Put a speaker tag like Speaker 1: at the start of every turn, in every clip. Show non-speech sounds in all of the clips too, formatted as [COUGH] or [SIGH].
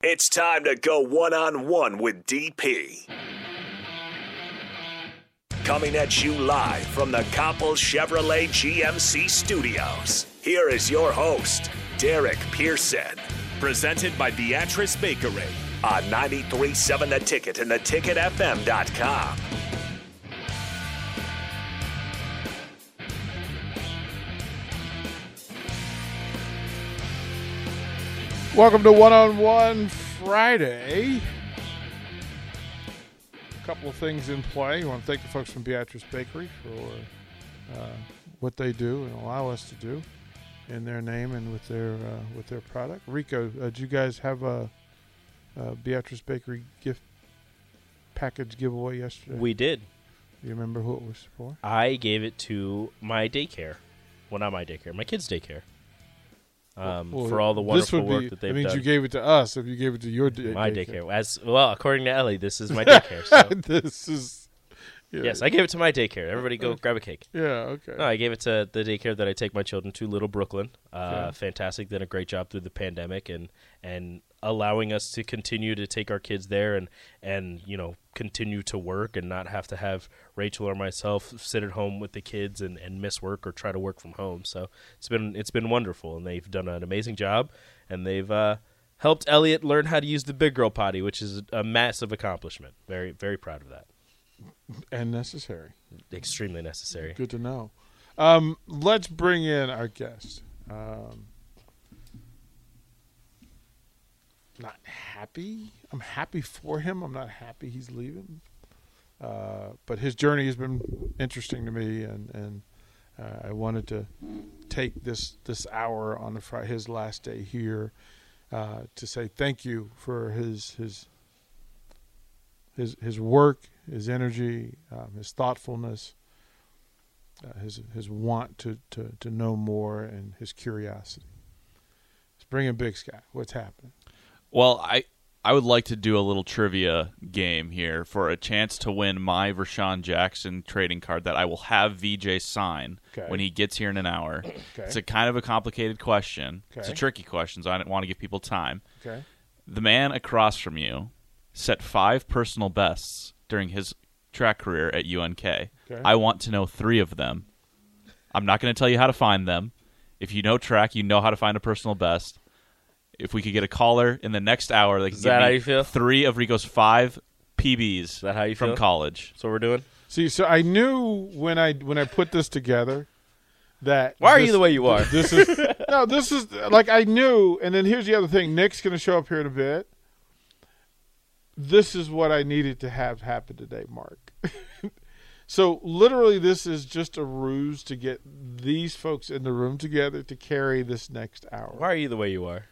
Speaker 1: It's time to go one on one with DP. Coming at you live from the Copple Chevrolet GMC studios. Here is your host, Derek Pearson,
Speaker 2: Presented by Beatrice Bakery.
Speaker 1: on 937 The Ticket and theticketfm.com.
Speaker 3: Welcome to One on One Friday. A couple of things in play. I want to thank the folks from Beatrice Bakery for uh, what they do and allow us to do in their name and with their uh, with their product. Rico, uh, do you guys have a, a Beatrice Bakery gift package giveaway yesterday?
Speaker 4: We did.
Speaker 3: do you remember who it was for?
Speaker 4: I gave it to my daycare. Well, not my daycare, my kids' daycare. Um,
Speaker 3: Well,
Speaker 4: for all the
Speaker 3: this
Speaker 4: wonderful
Speaker 3: would
Speaker 4: work
Speaker 3: be-
Speaker 4: that they've
Speaker 3: That means
Speaker 4: done.
Speaker 3: you gave it to us. If you gave it to your day- [LAUGHS]
Speaker 4: my daycare. As well, according to Ellie, this is my daycare. So.
Speaker 3: this is yeah,
Speaker 4: yes, I gave it to my daycare. Everybody, go grab a cake.
Speaker 3: yeah okay.
Speaker 4: No, I gave it to the daycare that I take my children to, Little Brooklyn. Uh,
Speaker 3: Okay.
Speaker 4: Fantastic, did a great job through the pandemic and and allowing us to continue to take our kids there and and you know continue to work and not have to have Rachel or myself sit at home with the kids and, and miss work or try to work from home. So it's been it's been wonderful and they've done an amazing job and they've uh, helped Elliot learn how to use the big girl potty, which is a massive accomplishment. Very very proud of that.
Speaker 3: and necessary.
Speaker 4: Extremely necessary.
Speaker 3: Good to know. Um, let's bring in our guest. Um, not happy. I'm happy for him. I'm not happy he's leaving. Uh, but his journey has been interesting to me, and and uh, I wanted to take this this hour on the Friday, his last day here, uh, to say thank you for his his his his work, his energy, um, his thoughtfulness, uh, his his want to, to to know more, and his curiosity. Let's bring in Big Sky. What's happening?
Speaker 5: Well, I I would like to do a little trivia game here for a chance to win my Vershawn Jackson trading card that I will have VJ sign
Speaker 3: Okay.
Speaker 5: when he gets here in an hour. It's a kind of a complicated question. It's a
Speaker 3: Okay.
Speaker 5: tricky question, so I don't want to give people time.
Speaker 3: Okay.
Speaker 5: The man across from you set five personal bests during his track career at UNK. I want to know three of them. I'm not going to tell you how to find them. If you know track, you know how to find a personal best. If we could get a caller in the next hour, they can
Speaker 4: Is that
Speaker 5: give me
Speaker 4: how you feel?
Speaker 5: three of Rico's five PBs Is
Speaker 4: that how you
Speaker 5: from
Speaker 4: feel?
Speaker 5: college.
Speaker 4: So we're doing.
Speaker 3: See, so I knew when I when I put this together that
Speaker 4: Why are you
Speaker 3: this-
Speaker 4: the way you are?
Speaker 3: This is [LAUGHS] no, this is like I knew. And then here's the other thing: Nick's going to show up here in a bit. This is what I needed to have happen today, Mark. [LAUGHS] so literally, this is just a ruse to get these folks in the room together to carry this next hour.
Speaker 4: Why are you the way you are?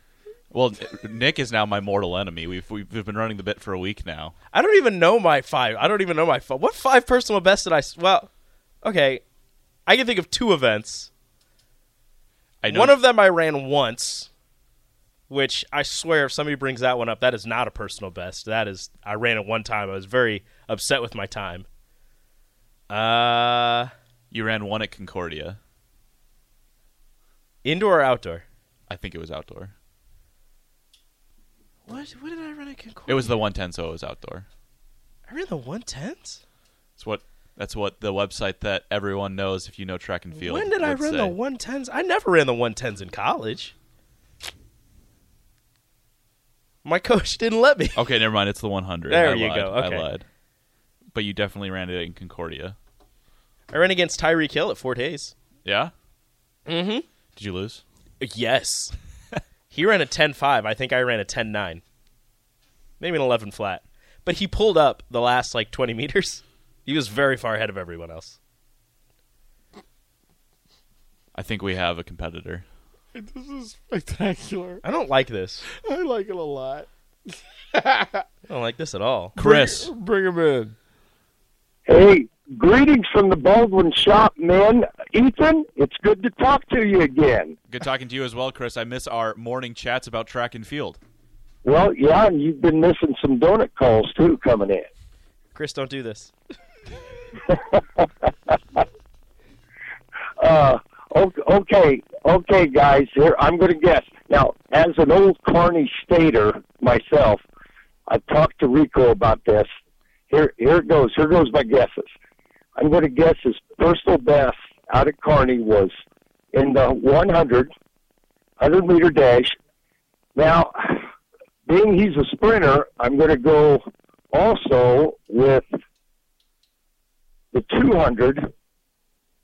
Speaker 5: Well, Nick is now my mortal enemy. We've, we've we've been running the bit for a week now.
Speaker 4: I don't even know my five. I don't even know my five. What five personal best did I? s- Well, okay, I can think of two events.
Speaker 5: I know
Speaker 4: One of them I ran once, which I swear, if somebody brings that one up, that is not a personal best. That is, I ran it one time. I was very upset with my time. Uh,
Speaker 5: you ran one at Concordia.
Speaker 4: indoor or outdoor?
Speaker 5: I think it was outdoor.
Speaker 4: What? What did I run at Concordia?
Speaker 5: It was the 110, so it was outdoor.
Speaker 4: I ran the one tens.
Speaker 5: It's what that's what the website that everyone knows if you know track and field.
Speaker 4: When did I
Speaker 5: would
Speaker 4: run
Speaker 5: say.
Speaker 4: the one tens? I never ran the one tens in college. My coach didn't let me.
Speaker 5: Okay, never mind. It's the 100.
Speaker 4: There
Speaker 5: I
Speaker 4: you
Speaker 5: lied.
Speaker 4: go, okay.
Speaker 5: I lied. But you definitely ran it in Concordia.
Speaker 4: I ran against Tyreek Hill at Fort Hayes.
Speaker 5: Yeah.
Speaker 4: Mhm.
Speaker 5: Did you lose?
Speaker 4: Yes. he ran a 10.5. I think I ran a 10.9. Maybe an 11 flat. But he pulled up the last like 20 meters. He was very far ahead of everyone else.
Speaker 5: I think we have a competitor.
Speaker 3: This is spectacular.
Speaker 4: I don't like this.
Speaker 3: I like it a lot.
Speaker 4: I don't like this at all.
Speaker 5: Chris,
Speaker 3: Bring him in.
Speaker 6: Hey, greetings from the Baldwin shop, man. Ethan, it's good to talk to you again.
Speaker 5: good talking to you as well, Chris. I miss our morning chats about track and field.
Speaker 6: Well, yeah, and you've been missing some donut calls too coming in.
Speaker 4: Chris, don't do this.
Speaker 6: Uh, o- okay, okay, guys. Here, I'm going to guess. Now, as an old Carney stater myself, I've talked to Rico about this. Here, here it goes. Here goes my guesses. I'm going to guess his personal best out at Carney was in the 100, 100 meter dash. Now, being he's a sprinter, I'm going to go also with the 200.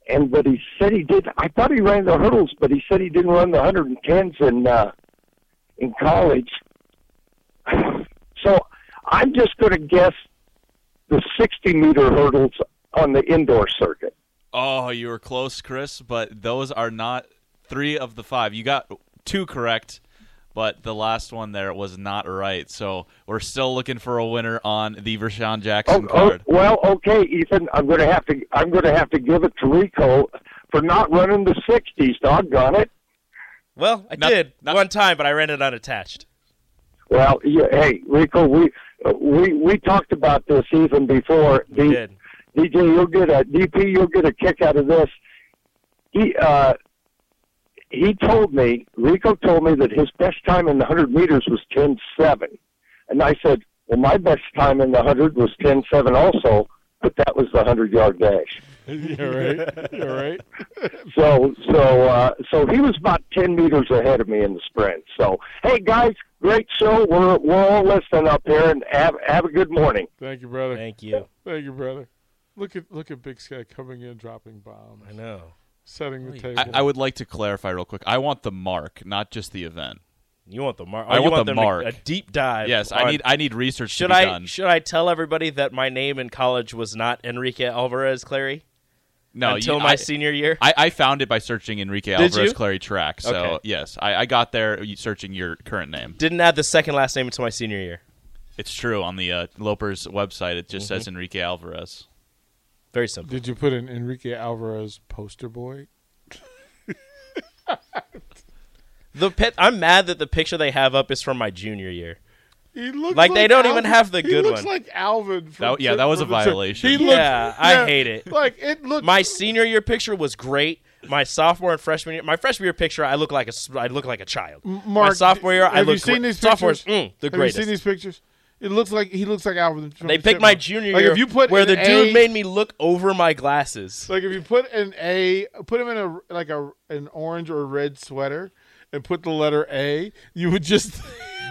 Speaker 6: And but he said he did. I thought he ran the hurdles, but he said he didn't run the 110s in uh, in college. [SIGHS] So I'm just going to guess the 60 meter hurdles on the indoor circuit.
Speaker 5: Oh, you were close, Chris, but those are not three of the five. You got two correct, but the last one there was not right. So we're still looking for a winner on the Vershawn Jackson
Speaker 6: Oh, oh,
Speaker 5: card.
Speaker 6: well, okay, Ethan. I'm going to have to. I'm going to have to give it to Rico for not running the 60s. Doggone it.
Speaker 4: Well, I
Speaker 5: Not-
Speaker 4: did
Speaker 5: not-
Speaker 4: one time, but I ran it unattached.
Speaker 6: Well, you, hey, Rico, we uh, we we talked about this even before.
Speaker 4: We
Speaker 6: The-
Speaker 4: did.
Speaker 6: DJ, E you'll get a DP. You'll get a kick out of this. He uh, he told me Rico told me that his best time in the hundred meters was ten seven, and I said, well, my best time in the hundred was ten seven also, but that was the hundred yard dash.
Speaker 3: You're right. You're right.
Speaker 6: So so uh, so he was about ten meters ahead of me in the sprint. So hey guys, great show. We're we're all listening up here, and have have a good morning.
Speaker 3: [LAUGHS] Thank you, brother. Thank,
Speaker 4: Thank you.
Speaker 3: you, brother. Look at look at Big Sky coming in, dropping bombs,
Speaker 4: I know. Oh,
Speaker 3: setting the table.
Speaker 5: I, I would like to clarify real quick. I want the mark, not just the event.
Speaker 4: You want the mark?
Speaker 5: I
Speaker 4: you
Speaker 5: want
Speaker 4: want
Speaker 5: the
Speaker 4: them to-
Speaker 5: mark.
Speaker 4: A deep dive.
Speaker 5: Yes,
Speaker 4: on-
Speaker 5: I need I need research
Speaker 4: Should
Speaker 5: to be
Speaker 4: I
Speaker 5: done.
Speaker 4: should I tell everybody that my name in college was not Enrique Alvarez Clary
Speaker 5: no,
Speaker 4: until
Speaker 5: you,
Speaker 4: my
Speaker 5: I,
Speaker 4: senior year?
Speaker 5: I, I found it by searching Enrique
Speaker 4: Did
Speaker 5: Alvarez
Speaker 4: you?
Speaker 5: Clary track. So
Speaker 4: Okay.
Speaker 5: yes, I, I got there you- searching your current name.
Speaker 4: Didn't add the second last name until my senior year.
Speaker 5: It's true on the uh, Lopers website. It just says Enrique Alvarez.
Speaker 4: Very simple.
Speaker 3: Did you put an Enrique Alvarez poster boy?
Speaker 4: The pit. I'm mad that the picture they have up is from my junior year.
Speaker 3: He looks
Speaker 4: Like, they don't even have
Speaker 3: he
Speaker 4: the good
Speaker 3: looks
Speaker 4: one.
Speaker 3: like Alvin. From
Speaker 5: That- yeah,
Speaker 3: Tim-
Speaker 5: that was a
Speaker 3: from the Tim-
Speaker 5: violation.
Speaker 3: He looks,
Speaker 4: Yeah, I hate it.
Speaker 3: Like it looks.
Speaker 4: My senior year picture was great. My sophomore and freshman year, my freshman year picture, I look like a s- I look like a child. my
Speaker 3: Mark,
Speaker 4: sophomore year, I
Speaker 3: have
Speaker 4: look
Speaker 3: you seen
Speaker 4: great.
Speaker 3: these
Speaker 4: sophomore is,
Speaker 3: pictures?
Speaker 4: mm, the
Speaker 3: have
Speaker 4: greatest.
Speaker 3: you seen these pictures? It looks like he looks like Alvin. from
Speaker 4: they
Speaker 3: the
Speaker 4: picked my
Speaker 3: Chipmunks.
Speaker 4: junior
Speaker 3: like
Speaker 4: year
Speaker 3: if you put
Speaker 4: where
Speaker 3: an
Speaker 4: the dude
Speaker 3: A-
Speaker 4: made me look over my glasses.
Speaker 3: [LAUGHS] Like if you put an A, put him in a like a an orange or red sweater, and put the letter A, you would
Speaker 4: [LAUGHS]
Speaker 3: just.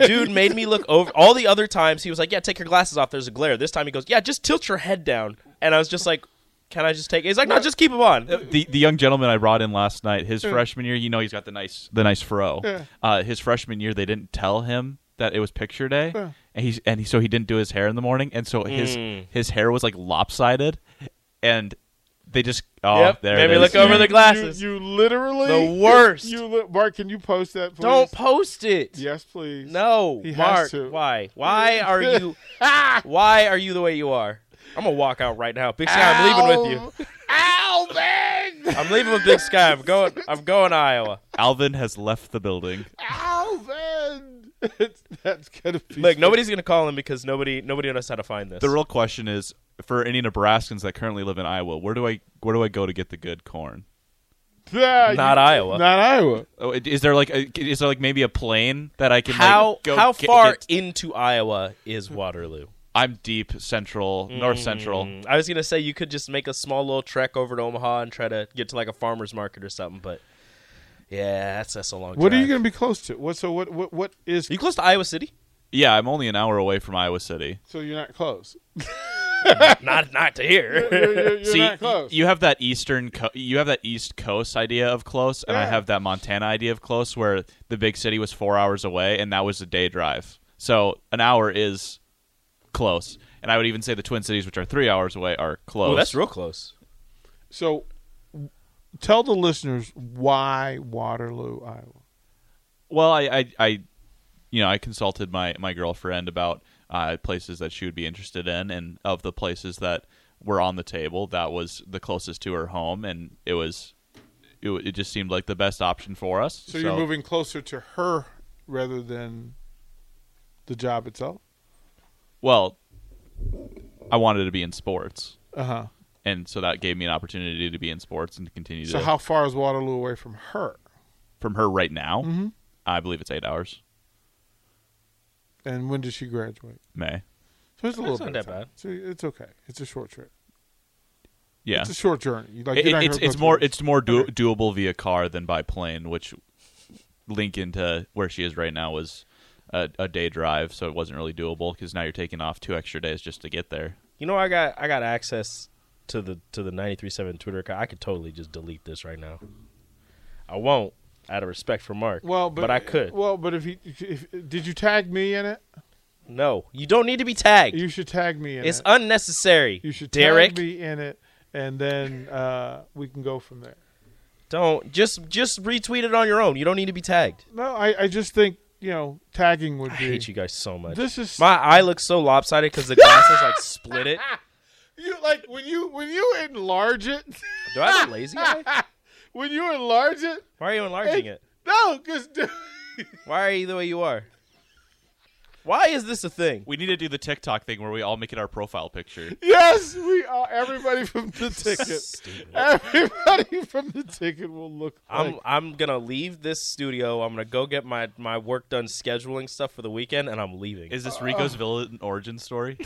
Speaker 4: dude made me look over all the other times he was like yeah take your glasses off there's a glare this time he goes yeah just tilt your head down and i was just like can i just take it he's like no just keep them on
Speaker 5: the the young gentleman I brought in last night, his freshman year, you know, he's got the nice the nice fro.
Speaker 3: Yeah.
Speaker 5: Uh, his freshman year, they didn't tell him that it was picture day, and he's and he, so he didn't do his hair in the morning, and so his
Speaker 4: Hmm.
Speaker 5: his hair was like lopsided, and they just oh
Speaker 4: yep
Speaker 5: there
Speaker 4: made
Speaker 5: it
Speaker 4: me
Speaker 5: is.
Speaker 4: look over the
Speaker 3: You,
Speaker 4: glasses
Speaker 3: you literally
Speaker 4: The worst.
Speaker 3: You li- Mark, can you post that? Please?
Speaker 4: don't post it
Speaker 3: Yes, please.
Speaker 4: no
Speaker 3: He has
Speaker 4: mark
Speaker 3: to.
Speaker 4: why why are [LAUGHS] you why are you the way you are i'm gonna walk out right now big sky i'm leaving with you
Speaker 3: Alvin.
Speaker 4: i'm leaving with big sky i'm going i'm going to iowa
Speaker 5: [LAUGHS] Alvin has left the building.
Speaker 3: Alvin. [LAUGHS] It's, that's gonna be
Speaker 4: look nobody's gonna call him because nobody nobody knows how to find this
Speaker 5: The real question is for any Nebraskans that currently live in Iowa, where do I where do I go to get the good corn?
Speaker 3: [LAUGHS] Yeah, you-
Speaker 4: not iowa
Speaker 3: Not Iowa.
Speaker 5: Oh, i- is there like a, is there like maybe a plane that I can like,
Speaker 4: how
Speaker 5: go
Speaker 4: how
Speaker 5: get-
Speaker 4: far
Speaker 5: get-
Speaker 4: into iowa is waterloo
Speaker 5: I'm deep central, north central.
Speaker 4: I was gonna say you could just make a small little trek over to Omaha and try to get to like a farmer's market or something, but yeah, that's that's a long.
Speaker 3: What are
Speaker 4: drive.
Speaker 3: you going to be close to? What? So what? What? What is?
Speaker 4: Are you close to Iowa City?
Speaker 5: Yeah, I'm only an hour away from Iowa City.
Speaker 3: so you're not close.
Speaker 4: not not
Speaker 3: [LAUGHS]
Speaker 4: to here.
Speaker 3: You're, you're- you're
Speaker 5: See,
Speaker 3: not close.
Speaker 5: y- you have that eastern, co- you have that East Coast idea of close, and I
Speaker 3: Yeah.
Speaker 5: have that Montana idea of close, where the big city was four hours away, and that was a day drive. So an hour is close, and I would even say the Twin Cities, which are three hours away, are close.
Speaker 4: oh, that's real close.
Speaker 3: so w- tell the listeners why Waterloo, Iowa.
Speaker 5: Well, I, I, I you know, I consulted my my girlfriend about uh, places that she would be interested in, and of the places that were on the table, that was the closest to her home, and it was. It, w- it just seemed like the best option for us.
Speaker 3: So, you're moving closer to her rather than the job itself.
Speaker 5: Well, I wanted to be in sports,
Speaker 3: Uh huh.
Speaker 5: and so that gave me an opportunity to be in sports and to continue
Speaker 3: So
Speaker 5: to
Speaker 3: how far is Waterloo away from her? Mm-hmm.
Speaker 5: from her right now. I believe it's eight hours.
Speaker 3: And when does she graduate?
Speaker 5: May.
Speaker 3: So it's a little
Speaker 4: That's not
Speaker 3: bit of
Speaker 4: that
Speaker 3: time.
Speaker 4: bad.
Speaker 3: So it's okay. It's a short trip.
Speaker 5: Yeah.
Speaker 3: It's a short journey. You- Like,
Speaker 5: It-
Speaker 3: you're not
Speaker 5: it's
Speaker 3: gonna go
Speaker 5: it's
Speaker 3: through
Speaker 5: more
Speaker 3: this.
Speaker 5: it's more do- doable via car than by plane, which link into where she is right now was a, a day drive, so it wasn't really doable because now you're taking off two extra days just to get there.
Speaker 4: You know, I got I got access to the to the 93.7 Twitter account. I could totally just delete this right now. I won't, out of respect for Mark.
Speaker 3: Well, but,
Speaker 4: I could.
Speaker 3: Well, but if he if, did you tag me in it?
Speaker 4: no, you don't need to be tagged.
Speaker 3: You should tag me in
Speaker 4: it's
Speaker 3: it.
Speaker 4: unnecessary.
Speaker 3: you should
Speaker 4: Derek.
Speaker 3: tag me in it, and then uh, we can go from there.
Speaker 4: Don't just just retweet it on your own. You don't need to be tagged.
Speaker 3: No, I, I just think you know tagging would
Speaker 4: I
Speaker 3: be.
Speaker 4: hate you guys so much.
Speaker 3: This is
Speaker 4: My eye looks so lopsided because the glasses like split it.
Speaker 3: you like when you when you enlarge it, [LAUGHS]
Speaker 4: Do I have a lazy eye?
Speaker 3: when you enlarge it.
Speaker 4: Why are you enlarging it?
Speaker 3: No, because
Speaker 4: Why are you the way you are? Why is this a thing?
Speaker 5: We need to do the TikTok thing where we all make it our profile picture.
Speaker 3: [LAUGHS] yes, we are everybody from the
Speaker 4: [LAUGHS]
Speaker 3: ticket. Everybody from the ticket will look.
Speaker 4: I'm
Speaker 3: Like,
Speaker 4: I'm gonna leave this studio. I'm gonna go get my my work done scheduling stuff for the weekend, and I'm leaving.
Speaker 5: Is this
Speaker 4: [LAUGHS] Oh.
Speaker 5: Rico's villain origin story?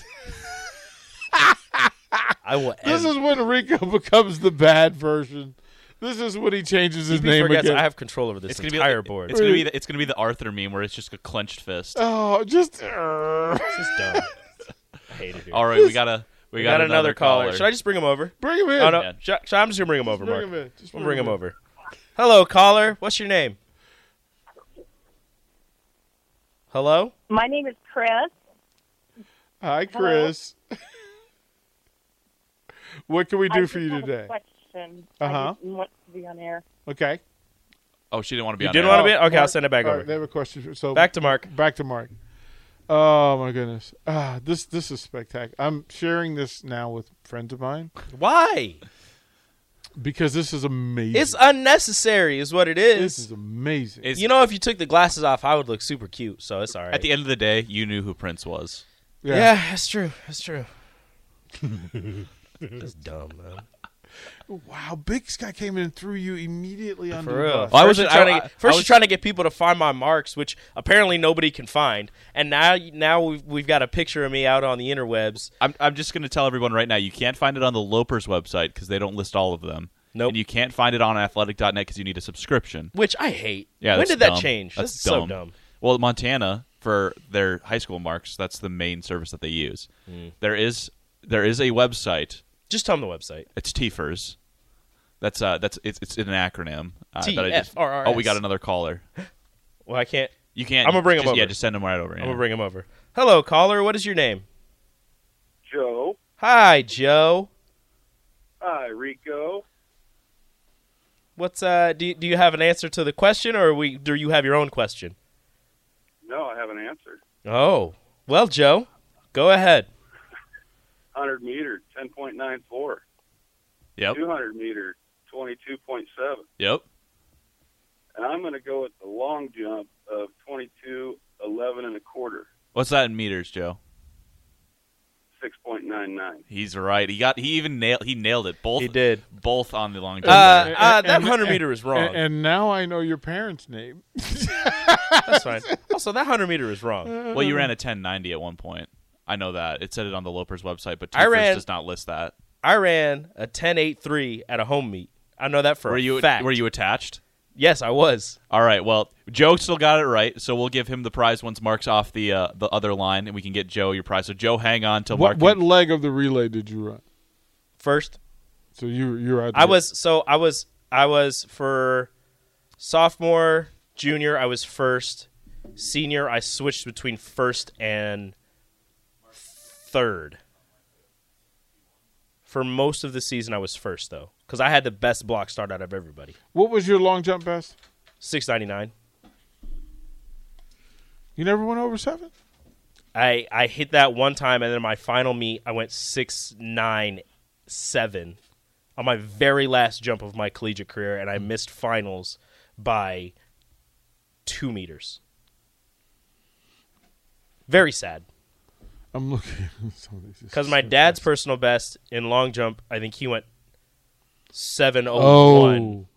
Speaker 4: I will. End.
Speaker 3: this is when Rico becomes the bad version. This is when he changes his
Speaker 4: He
Speaker 3: name
Speaker 4: forgets
Speaker 3: again.
Speaker 4: I have control over this
Speaker 5: It's gonna be
Speaker 4: entire
Speaker 5: like-
Speaker 4: board.
Speaker 5: It's gonna be the, it's gonna be the Arthur meme where it's just a
Speaker 4: [LAUGHS]
Speaker 5: clenched fist.
Speaker 3: oh, just. uh,
Speaker 4: This is dumb. I hate it. Here.
Speaker 5: All right, we gotta we,
Speaker 4: we got, another, caller. Should I just bring him over?
Speaker 3: Bring him in.
Speaker 4: Oh no,
Speaker 5: Yeah.
Speaker 4: Sh- sh- I'm just gonna bring him over,
Speaker 3: bring
Speaker 4: Mark.
Speaker 3: him in. Just
Speaker 4: We'll
Speaker 3: bring
Speaker 4: bring
Speaker 3: him
Speaker 4: him
Speaker 3: in.
Speaker 4: over. Hello, caller. What's your name? Hello.
Speaker 7: My name is Chris.
Speaker 3: Hi, Chris. [LAUGHS] what can we
Speaker 7: I
Speaker 3: do
Speaker 7: just
Speaker 3: for you
Speaker 7: have a
Speaker 3: today?
Speaker 7: question.
Speaker 3: Uh-huh.
Speaker 7: I didn't want to be on air.
Speaker 3: Okay.
Speaker 5: Oh, she didn't want to be
Speaker 4: You
Speaker 5: on.
Speaker 4: didn't
Speaker 5: air.
Speaker 4: want to be. Okay, I'll
Speaker 3: Mark-
Speaker 4: send it back
Speaker 3: all
Speaker 4: over.
Speaker 3: right, they have a question. For, so
Speaker 4: Back to Mark.
Speaker 3: back to Mark. Oh my goodness! Ah, this this is spectacular. I'm sharing this now with friends of mine
Speaker 4: Why?
Speaker 3: because this is amazing.
Speaker 4: It's unnecessary, is what it is.
Speaker 3: this is amazing.
Speaker 5: It's-
Speaker 4: You know, if you took the glasses off, I would look super cute. So it's all right.
Speaker 5: At the end of the day, you knew who Prince was.
Speaker 4: yeah. that's true. That's true. that's dumb, man.
Speaker 3: Wow, Big Sky came in and threw you immediately under
Speaker 4: For
Speaker 3: the
Speaker 4: real.
Speaker 3: bus.
Speaker 5: Well, I
Speaker 4: first
Speaker 5: wasn't-
Speaker 4: you're trying
Speaker 5: I-
Speaker 4: to,
Speaker 5: I-
Speaker 4: first
Speaker 5: I
Speaker 4: you're
Speaker 5: was-
Speaker 4: trying to get people to find my marks, which apparently nobody can find, and now now we've we've got a picture of me out on the interwebs.
Speaker 5: I'm, I'm just going to tell everyone right now you can't find it on the Lopers website because they don't list all of them.
Speaker 4: Nope.
Speaker 5: And you can't find it on athletic.net because you need a subscription.
Speaker 4: Which I hate.
Speaker 5: Yeah.
Speaker 4: When
Speaker 5: that's
Speaker 4: did that
Speaker 5: dumb.
Speaker 4: change?
Speaker 5: That's,
Speaker 4: This is
Speaker 5: dumb.
Speaker 4: so dumb.
Speaker 5: Well, Montana for their high school marks, that's the main service that they use.
Speaker 4: Hmm.
Speaker 5: There is there is a website.
Speaker 4: Just tell them the website.
Speaker 5: It's TFERS. That's uh that's it's it's an acronym. Uh, that I just-
Speaker 4: TFRRS.
Speaker 5: Oh, we got another caller.
Speaker 4: Well, I can't.
Speaker 5: You can't.
Speaker 4: I'm gonna bring him
Speaker 5: just, Yeah,
Speaker 4: over.
Speaker 5: just send him right over.
Speaker 4: I'm
Speaker 5: yeah.
Speaker 4: gonna bring him over. Hello, caller. What is your name?
Speaker 8: Joe.
Speaker 4: Hi, Joe.
Speaker 8: Hi, Rico.
Speaker 4: What's uh? Do do you have an answer to the question, or we do you have your own question?
Speaker 8: No, I haven't answered.
Speaker 4: Oh. Well, Joe, go ahead.
Speaker 8: 100 meter, 10.94.
Speaker 5: Yep.
Speaker 8: 200 meter, 22.7.
Speaker 5: Yep.
Speaker 8: And I'm going to go with the long jump of 22, 11 and a quarter,
Speaker 5: What's that in meters, Joe?
Speaker 8: 6.99.
Speaker 5: He's right. He got. He even nailed. He nailed it. Both.
Speaker 4: He did.
Speaker 5: Both on the long jump.
Speaker 4: Uh, uh,
Speaker 3: and-
Speaker 4: that
Speaker 3: and-
Speaker 4: 100 meter is wrong.
Speaker 3: And, and now I know your parents' name.
Speaker 4: That's fine. Also, that 100 meter is wrong.
Speaker 5: Well, you ran a 1090 at one point. I know that. It said it on the Lopers website, but
Speaker 4: I
Speaker 5: Two
Speaker 4: ran-
Speaker 5: does not list that.
Speaker 4: I ran a 10.83 at a home meet. I know that for
Speaker 5: Were
Speaker 4: a
Speaker 5: you
Speaker 4: fact.
Speaker 5: were you attached?
Speaker 4: Yes, I was.
Speaker 5: All right. Well, Joe still got it right, so we'll give him the prize once Mark's off the uh, the other line, and we can get Joe your prize. So Joe, hang on till
Speaker 3: What
Speaker 5: Mark.
Speaker 3: what leg of the relay did you run?
Speaker 4: First,
Speaker 3: So you you're out.
Speaker 4: I was so I was I was for sophomore, junior, I was first. Senior, I switched between first and third. For most of the season, I was first though, because I had the best block start out of everybody.
Speaker 3: What was your long jump best?
Speaker 4: Six ninety nine.
Speaker 3: You never went over seven.
Speaker 4: I I hit that one time, and then my final meet, I went six nine seven on my very last jump of my collegiate career, and I
Speaker 3: Mm.
Speaker 4: missed finals by two meters. Very sad
Speaker 3: I'm looking at some of these.
Speaker 4: because my dad's personal best in long jump, I think he went seven oh one.
Speaker 3: Oh,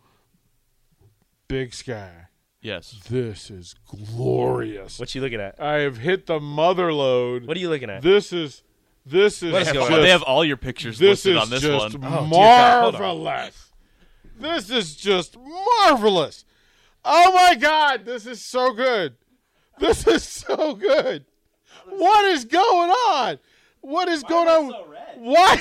Speaker 3: Big Sky.
Speaker 5: Yes.
Speaker 3: This is glorious.
Speaker 4: What you looking at?
Speaker 3: I have hit the mother load.
Speaker 4: What are you looking at?
Speaker 3: This is this is
Speaker 4: What is
Speaker 3: just,
Speaker 4: going on?
Speaker 5: Well, they have all your pictures
Speaker 3: this
Speaker 5: listed
Speaker 3: is
Speaker 5: on this
Speaker 3: just
Speaker 5: one. Oh,
Speaker 4: God, hold on.
Speaker 3: marvelous. This is just marvelous. Oh my god, this is so good. This is so good. What is going on? What is going on? What?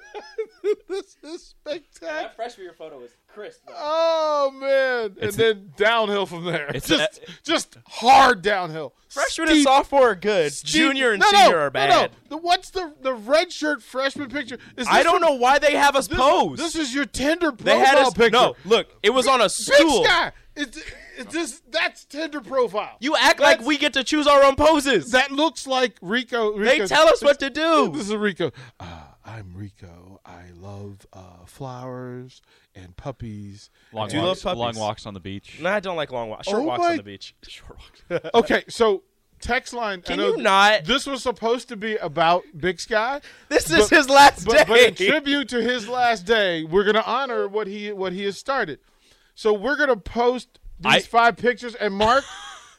Speaker 3: [LAUGHS] this is spectacular.
Speaker 9: freshman year photo was crisp.
Speaker 3: Oh man!
Speaker 5: It's-
Speaker 3: and then downhill from there.
Speaker 5: It's
Speaker 3: just just hard downhill.
Speaker 4: Freshman and
Speaker 3: Steep,
Speaker 4: sophomore are good.
Speaker 3: steep-
Speaker 4: Junior and
Speaker 3: No, no,
Speaker 4: senior
Speaker 3: no,
Speaker 4: are bad.
Speaker 3: No, The- what's the the red shirt freshman picture? Is
Speaker 4: I
Speaker 3: this
Speaker 4: don't
Speaker 3: your-
Speaker 4: know why they have us
Speaker 3: This,
Speaker 4: pose.
Speaker 3: this is your Tinder profile
Speaker 4: they had us
Speaker 3: picture.
Speaker 4: No, look, it was on a
Speaker 3: big
Speaker 4: stool.
Speaker 3: sky. It's it's just that's Tinder profile.
Speaker 4: You act
Speaker 3: That's-
Speaker 4: like we get to choose our own poses.
Speaker 3: that looks like Rico.
Speaker 4: they
Speaker 3: Rico's-
Speaker 4: tell us what to
Speaker 3: [LAUGHS] This
Speaker 4: do.
Speaker 3: is Rico. Uh, I'm Rico. I love uh, flowers and puppies.
Speaker 5: Oh, Long
Speaker 4: Do you
Speaker 5: walks,
Speaker 4: love puppies?
Speaker 5: long walks on the beach.
Speaker 4: No, I don't like long walks. Short
Speaker 3: Oh
Speaker 4: walks
Speaker 3: my-
Speaker 4: on the beach.
Speaker 5: Short walks.
Speaker 3: Okay, so text line. I
Speaker 4: Can
Speaker 3: know
Speaker 4: you not?
Speaker 3: This was supposed to be about Big Sky,
Speaker 4: This is
Speaker 3: But-
Speaker 4: his last
Speaker 3: but, but
Speaker 4: day.
Speaker 3: in tribute to his last day, we're gonna honor what he what he has started. So we're gonna post these
Speaker 5: I-
Speaker 3: five pictures and
Speaker 4: [LAUGHS]
Speaker 3: mark.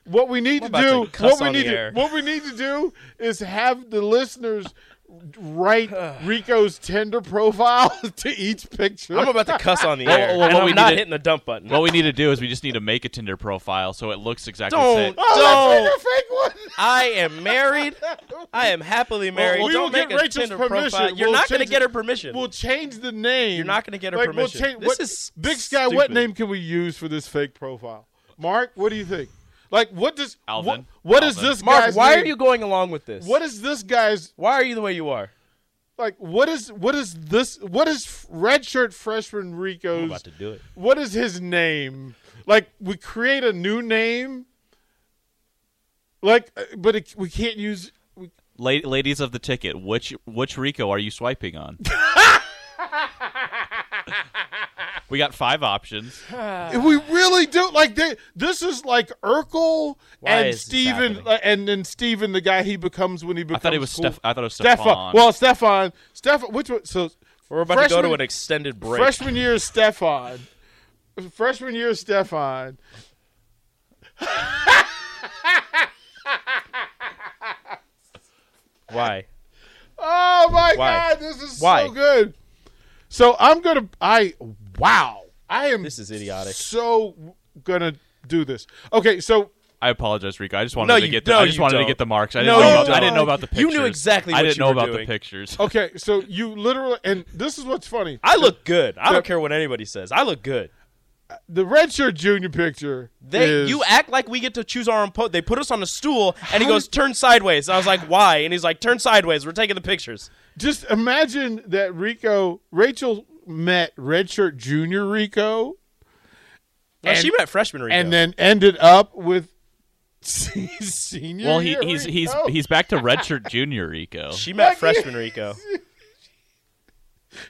Speaker 3: What we need to
Speaker 4: about
Speaker 3: do,
Speaker 4: to cuss
Speaker 3: what we
Speaker 4: on the
Speaker 3: need, to,
Speaker 4: air.
Speaker 3: what we need to do, is have the listeners
Speaker 4: [SIGHS]
Speaker 3: write Rico's Tinder profile [LAUGHS] to each picture.
Speaker 4: I'm about to cuss on the air.
Speaker 5: well,
Speaker 4: and
Speaker 5: what
Speaker 4: I'm
Speaker 5: we
Speaker 4: not
Speaker 5: need to-
Speaker 4: hitting the dump button.
Speaker 5: What we need to do is we just need to make a Tinder profile so it looks exactly
Speaker 4: don't,
Speaker 5: the same.
Speaker 3: oh,
Speaker 4: don't.
Speaker 3: that's like a fake one.
Speaker 4: I am married.
Speaker 3: [LAUGHS]
Speaker 4: I am happily married.
Speaker 3: we
Speaker 4: don't
Speaker 3: will
Speaker 4: make
Speaker 3: get
Speaker 4: a
Speaker 3: Rachel's
Speaker 4: Tinder
Speaker 3: permission.
Speaker 4: profile. You're
Speaker 3: We'll
Speaker 4: not going to
Speaker 3: change
Speaker 4: get
Speaker 3: it.
Speaker 4: her permission.
Speaker 3: We'll change the name.
Speaker 4: You're not gonna get her
Speaker 3: like,
Speaker 4: permission.
Speaker 3: We'll change,
Speaker 4: This
Speaker 3: what,
Speaker 4: is
Speaker 3: Big Sky. What
Speaker 4: stupid.
Speaker 3: name can we use for this fake profile? Mark, what do you think? Like, what does
Speaker 5: Alvin.
Speaker 3: What, what is
Speaker 5: Alvin.
Speaker 3: this
Speaker 4: Mark,
Speaker 3: guy's?
Speaker 4: why are
Speaker 3: name?
Speaker 4: you going along with this?
Speaker 3: What is this guy's
Speaker 4: why are you the way you are?
Speaker 3: like? What is what is this? What is f- redshirt freshman Rico's?
Speaker 4: do it.
Speaker 3: What is his name? Like, we create a new name. Like, uh, but it, we can't use. We,
Speaker 5: La- ladies of the ticket, which which Rico are you swiping on?
Speaker 4: [LAUGHS]
Speaker 5: we got five options.
Speaker 3: we really do like they, this is like Urkel
Speaker 4: Why
Speaker 3: and
Speaker 4: is this
Speaker 3: Steven
Speaker 4: happening?
Speaker 3: uh, and then Steven the guy he becomes when he
Speaker 5: I
Speaker 3: becomes
Speaker 5: thought it was
Speaker 3: cool.
Speaker 5: Steph. I thought it was
Speaker 4: uh,
Speaker 3: Stefan.
Speaker 5: Stefan.
Speaker 3: Well, Stefan, Stefan, which one? So
Speaker 4: We're about
Speaker 3: freshman,
Speaker 4: to go to an extended break.
Speaker 3: freshman year is Stefan. Freshman year is Stefan.
Speaker 4: Why?
Speaker 3: Oh my
Speaker 4: Why?
Speaker 3: god, this is
Speaker 4: Why?
Speaker 3: so good. So I'm gonna I wow. I am
Speaker 4: This is idiotic.
Speaker 3: so gonna do this. Okay, so
Speaker 5: I apologize, Rico. I just wanted
Speaker 4: No,
Speaker 5: to
Speaker 4: you-
Speaker 5: get.
Speaker 4: no,
Speaker 5: the, I just
Speaker 4: you
Speaker 5: wanted
Speaker 4: don't.
Speaker 5: to get the marks. I didn't,
Speaker 4: No,
Speaker 5: know,
Speaker 4: you
Speaker 5: about, I
Speaker 4: don't.
Speaker 5: didn't know about the
Speaker 4: You knew
Speaker 5: pictures.
Speaker 4: exactly
Speaker 5: I
Speaker 4: what
Speaker 5: didn't
Speaker 4: you
Speaker 5: know
Speaker 4: were
Speaker 5: about
Speaker 4: doing. Oh,
Speaker 5: the pictures.
Speaker 3: okay, so you literally and this is what's funny.
Speaker 4: I look good. I don't care what anybody says. I look good.
Speaker 3: the redshirt junior picture.
Speaker 4: They
Speaker 3: is,
Speaker 4: you act like we get to choose our own pose. They put us on a stool and he
Speaker 3: How
Speaker 4: goes turn sideways. And I was like, "Why?" And he's like, "Turn sideways. We're taking the pictures."
Speaker 3: just imagine that Rico Rachel met redshirt junior Rico
Speaker 4: No,
Speaker 3: And-
Speaker 4: she met freshman Rico.
Speaker 3: and then ended up with [LAUGHS] se- senior.
Speaker 5: Well, he,
Speaker 3: year
Speaker 5: he's he's
Speaker 3: Rico.
Speaker 5: he's back
Speaker 4: [LAUGHS]
Speaker 5: to redshirt junior Rico.
Speaker 4: Oh. she met freshman Rico.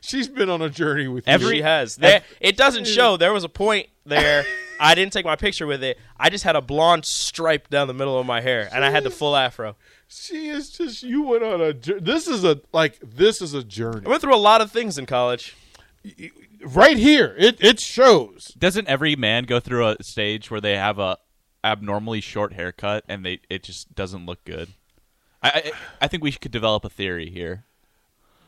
Speaker 3: she's been on a journey with you.
Speaker 5: Every-
Speaker 4: she has. There, it doesn't show. There was a point there. I didn't take my picture with it. I just had a blonde stripe down the middle of my hair, and I had the full afro.
Speaker 3: She is just you went on a jour- this is a like this is a journey
Speaker 4: I went through a lot of things in college.
Speaker 3: right here. It it shows.
Speaker 5: Doesn't every man go through a stage where they have a abnormally short haircut and they it just doesn't look good? I I, I think we could develop a theory here.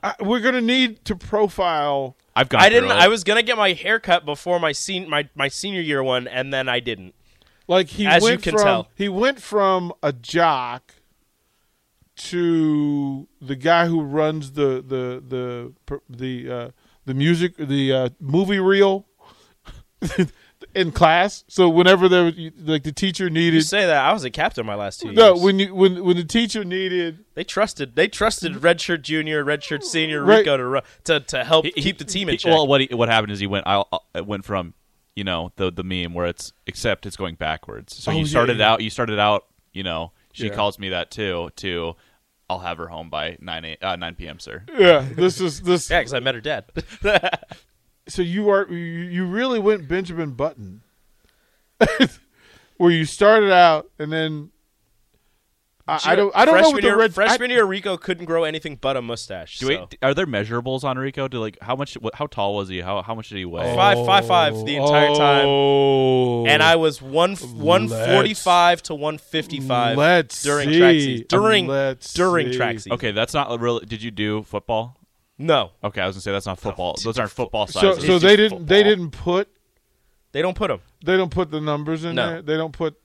Speaker 3: I, we're gonna need to profile.
Speaker 5: I've gone.
Speaker 4: I didn't.
Speaker 5: through it.
Speaker 4: I was gonna get my hair cut before my sen- my my senior year one, and then I didn't.
Speaker 3: Like he
Speaker 4: As you
Speaker 3: went
Speaker 4: can
Speaker 3: from
Speaker 4: tell.
Speaker 3: he went from a jock to the guy who runs the the the per- the uh, the music the uh, movie reel [LAUGHS] in class. So whenever there was, you- like the teacher
Speaker 4: You
Speaker 3: needed
Speaker 4: say that I was a captain my last two years.
Speaker 3: no when you when when the teacher needed
Speaker 4: they trusted they trusted redshirt junior, redshirt senior
Speaker 3: Mm-hmm. Right.
Speaker 4: Rico to ru- to to help
Speaker 5: He- he-
Speaker 4: keep the team in
Speaker 5: he-
Speaker 4: check.
Speaker 5: Well, what he, what happened is he went. I I went from you know the the meme where it's except it's going backwards. So
Speaker 3: Oh,
Speaker 5: you
Speaker 3: yeah,
Speaker 5: started
Speaker 3: yeah.
Speaker 5: out. You started out. You know, she
Speaker 3: Yeah.
Speaker 5: calls me that too. To I'll have her home by nine a, uh, nine p.m. Sir.
Speaker 3: yeah this is this
Speaker 4: yeah, because I met her dad. [LAUGHS]
Speaker 3: so you are you- you really went Benjamin [LAUGHS] Button, where you started out and then I, I don't. I don't know
Speaker 4: freshman
Speaker 3: what the
Speaker 4: year,
Speaker 3: red.
Speaker 4: freshman
Speaker 3: I,
Speaker 4: year Rico couldn't grow anything but a mustache.
Speaker 5: Do
Speaker 4: so.
Speaker 5: we, are there measurables on Rico? Do like how much? What, how tall was he? How how much did he weigh?
Speaker 4: Five, five, five the entire time,
Speaker 3: Oh,
Speaker 4: and I was one one forty five to one fifty five
Speaker 3: Let's
Speaker 4: during
Speaker 3: see.
Speaker 4: track season. During
Speaker 3: Let's
Speaker 4: during
Speaker 3: see.
Speaker 4: track season.
Speaker 5: Um, Okay, that's not really. Did you do football?
Speaker 4: No,
Speaker 5: Okay, I was gonna say that's not football.
Speaker 4: it's
Speaker 5: Those aren't football
Speaker 3: So,
Speaker 5: sizes.
Speaker 3: so
Speaker 4: It's
Speaker 3: they
Speaker 4: just
Speaker 3: didn't. They
Speaker 4: football.
Speaker 3: didn't put.
Speaker 4: they don't put him.
Speaker 3: They don't put the numbers in
Speaker 4: No.
Speaker 3: there. They don't put.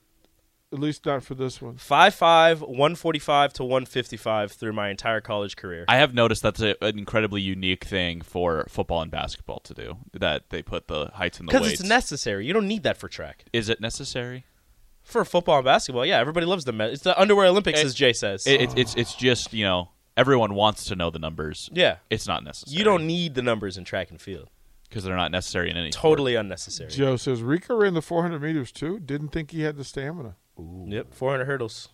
Speaker 3: At least not for this one.
Speaker 4: Five five, one forty five to one fifty five through my entire college career.
Speaker 5: I have noticed that's a, an incredibly unique thing for football and basketball to do. That they put the heights and the
Speaker 4: Because
Speaker 5: weights.
Speaker 4: it's necessary. You don't need that for track.
Speaker 5: Is it necessary?
Speaker 4: For football and basketball, yeah, everybody loves the me- it's the underwear Olympics,
Speaker 5: It-
Speaker 4: as Jay says.
Speaker 5: It, it's it's it's just you know everyone wants to know the numbers.
Speaker 4: yeah,
Speaker 5: It's not necessary.
Speaker 4: you don't need the numbers in track and field.
Speaker 5: because they're not necessary in any. sport.
Speaker 4: Totally unnecessary.
Speaker 3: Joe says Rico ran the 400 meters too. Didn't think he had the stamina.
Speaker 4: Yep, 400 hurdles.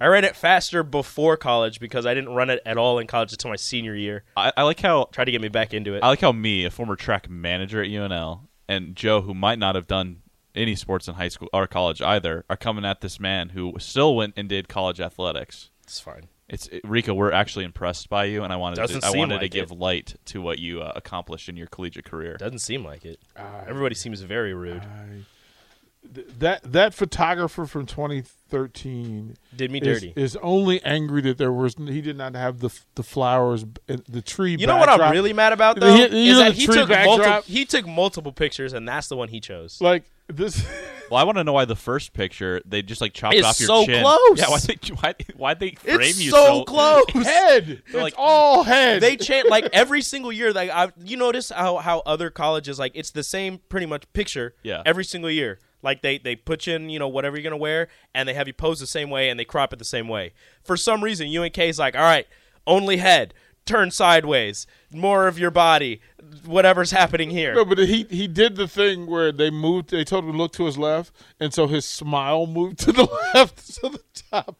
Speaker 4: I ran it faster before college because I didn't run it at all in college until my senior year.
Speaker 5: I, I like how
Speaker 4: Tried to get me back into it.
Speaker 5: I like how me, a former track manager at UNL, and Joe, who might not have done any sports in high school or college either, are coming at this man who still went and did college athletics.
Speaker 4: it's fine.
Speaker 5: It's it- Rico. We're actually impressed by you, and I wanted
Speaker 4: Doesn't
Speaker 5: to, I
Speaker 4: seem
Speaker 5: wanted to
Speaker 4: like
Speaker 5: give
Speaker 4: it.
Speaker 5: light to what you uh, accomplished in your collegiate career.
Speaker 4: Doesn't seem like it. Everybody seems very rude.
Speaker 3: Th- That that photographer from 2013
Speaker 4: Did me
Speaker 3: is,
Speaker 4: dirty.
Speaker 3: is only angry that there was he did not have the f- the flowers b- and the tree.
Speaker 4: you know what I'm
Speaker 3: backdrop.
Speaker 4: really mad about
Speaker 3: You
Speaker 4: though
Speaker 3: know the
Speaker 4: is that he
Speaker 3: tree
Speaker 4: took
Speaker 3: backdrop?
Speaker 4: multiple he took multiple pictures and that's the one he chose.
Speaker 3: like
Speaker 4: [LAUGHS]
Speaker 3: this.
Speaker 5: Well, I want to know why the first picture they just like chopped
Speaker 4: It's
Speaker 5: off your
Speaker 4: so
Speaker 5: chin.
Speaker 4: close.
Speaker 5: Yeah, why they why why they frame
Speaker 4: It's
Speaker 5: you
Speaker 4: so close. [LAUGHS]
Speaker 3: head. It's
Speaker 5: like-
Speaker 3: all head.
Speaker 4: They chant like every single year. Like I, you notice how how other colleges like it's the same pretty much picture.
Speaker 5: Yeah.
Speaker 4: Every single year, like they they put you in you know whatever you're gonna wear, and they have you pose the same way, and they crop it the same way. For some reason, UNK is like, all right, only head, turn sideways, more of your body, whatever's happening here.
Speaker 3: no, but he he did the thing where they moved. They told him to look to his left, and so his smile moved to the [LAUGHS] left, to the top.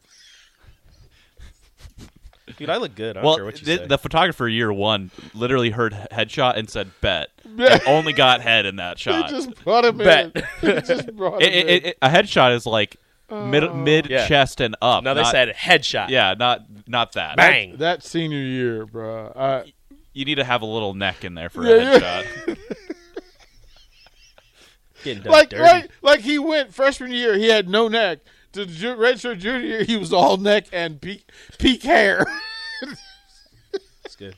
Speaker 4: Dude, I look good. I don't
Speaker 5: Well,
Speaker 4: care what you
Speaker 5: the,
Speaker 4: say.
Speaker 5: the photographer year one literally heard he- headshot and said
Speaker 4: [LAUGHS]
Speaker 5: bet. and only got head in that
Speaker 3: He
Speaker 5: shot.
Speaker 3: just brought him
Speaker 4: Uh, Bet.
Speaker 3: in. He
Speaker 4: [LAUGHS]
Speaker 3: just brought
Speaker 5: It-
Speaker 3: him
Speaker 5: it-
Speaker 3: in.
Speaker 5: it- it- a headshot is like
Speaker 4: Oh.
Speaker 5: mid mid
Speaker 4: Yeah.
Speaker 5: chest and up.
Speaker 4: now they
Speaker 5: not-
Speaker 4: said headshot.
Speaker 5: yeah, not not that.
Speaker 4: Bang.
Speaker 3: that senior year, bro. I,
Speaker 5: You need to have a little neck in there for a
Speaker 3: Yeah, yeah.
Speaker 5: headshot.
Speaker 4: Getting done
Speaker 3: like
Speaker 4: dirty.
Speaker 3: right, like he went freshman year, he had no neck. To ju- redshirt junior year, he was all neck and peak peak hair.
Speaker 4: That's good.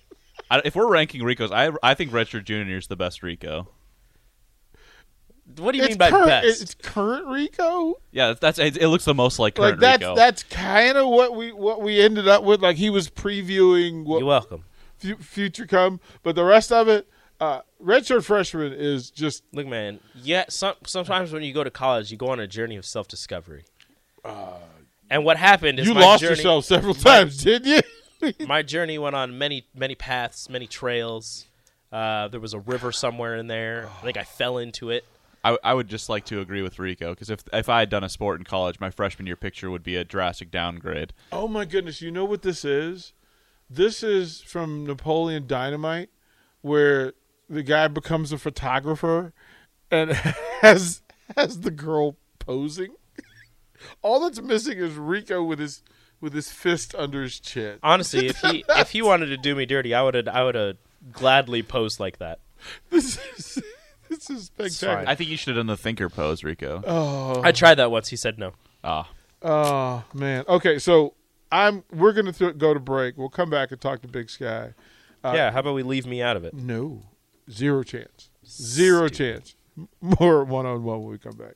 Speaker 5: I, if we're ranking Rico's, I I think Redshirt Junior is the best Rico.
Speaker 4: What do you
Speaker 3: it's
Speaker 4: mean by
Speaker 3: current.
Speaker 4: best?
Speaker 3: It's current Rico.
Speaker 5: Yeah, that's, that's it, it looks the most like
Speaker 3: like
Speaker 5: current
Speaker 3: that's
Speaker 5: Rico.
Speaker 3: that's kind of what we what we ended up with. Like he was previewing what
Speaker 4: You're welcome.
Speaker 3: fu- future come, but the rest of it, uh, redshirt freshman is just
Speaker 4: Look, man. Yeah, some, sometimes when you go to college, you go on a journey of self-discovery. and what happened is
Speaker 3: Uh, you
Speaker 4: my
Speaker 3: lost
Speaker 4: journey,
Speaker 3: yourself several times, did you?
Speaker 4: My journey went on many, many paths, many trails. Uh, there was a river somewhere in there. I think I fell into it.
Speaker 5: I, I would just like to agree with Rico because if if I had done a sport in college, my freshman year picture would be a drastic downgrade.
Speaker 3: [LAUGHS] Oh my goodness, you know what this is? This is from Napoleon Dynamite where the guy becomes a photographer and [LAUGHS] has has the girl posing. [LAUGHS] All that's missing is Rico with his with his fist under his chin.
Speaker 4: Honestly, if he if he wanted to do me dirty, I would have I would have gladly posed like that.
Speaker 3: [LAUGHS] This is this is
Speaker 4: fine.
Speaker 3: spectacular.
Speaker 5: I think you should have done the thinker pose, Rico.
Speaker 4: I tried that once. He said no.
Speaker 5: Ah,
Speaker 3: Oh man. Okay, so I'm we're gonna th- go to break. We'll come back and talk to Big Sky.
Speaker 4: yeah, how about we leave me out of it?
Speaker 3: No, zero chance. Zero chance. More one on one when we come back.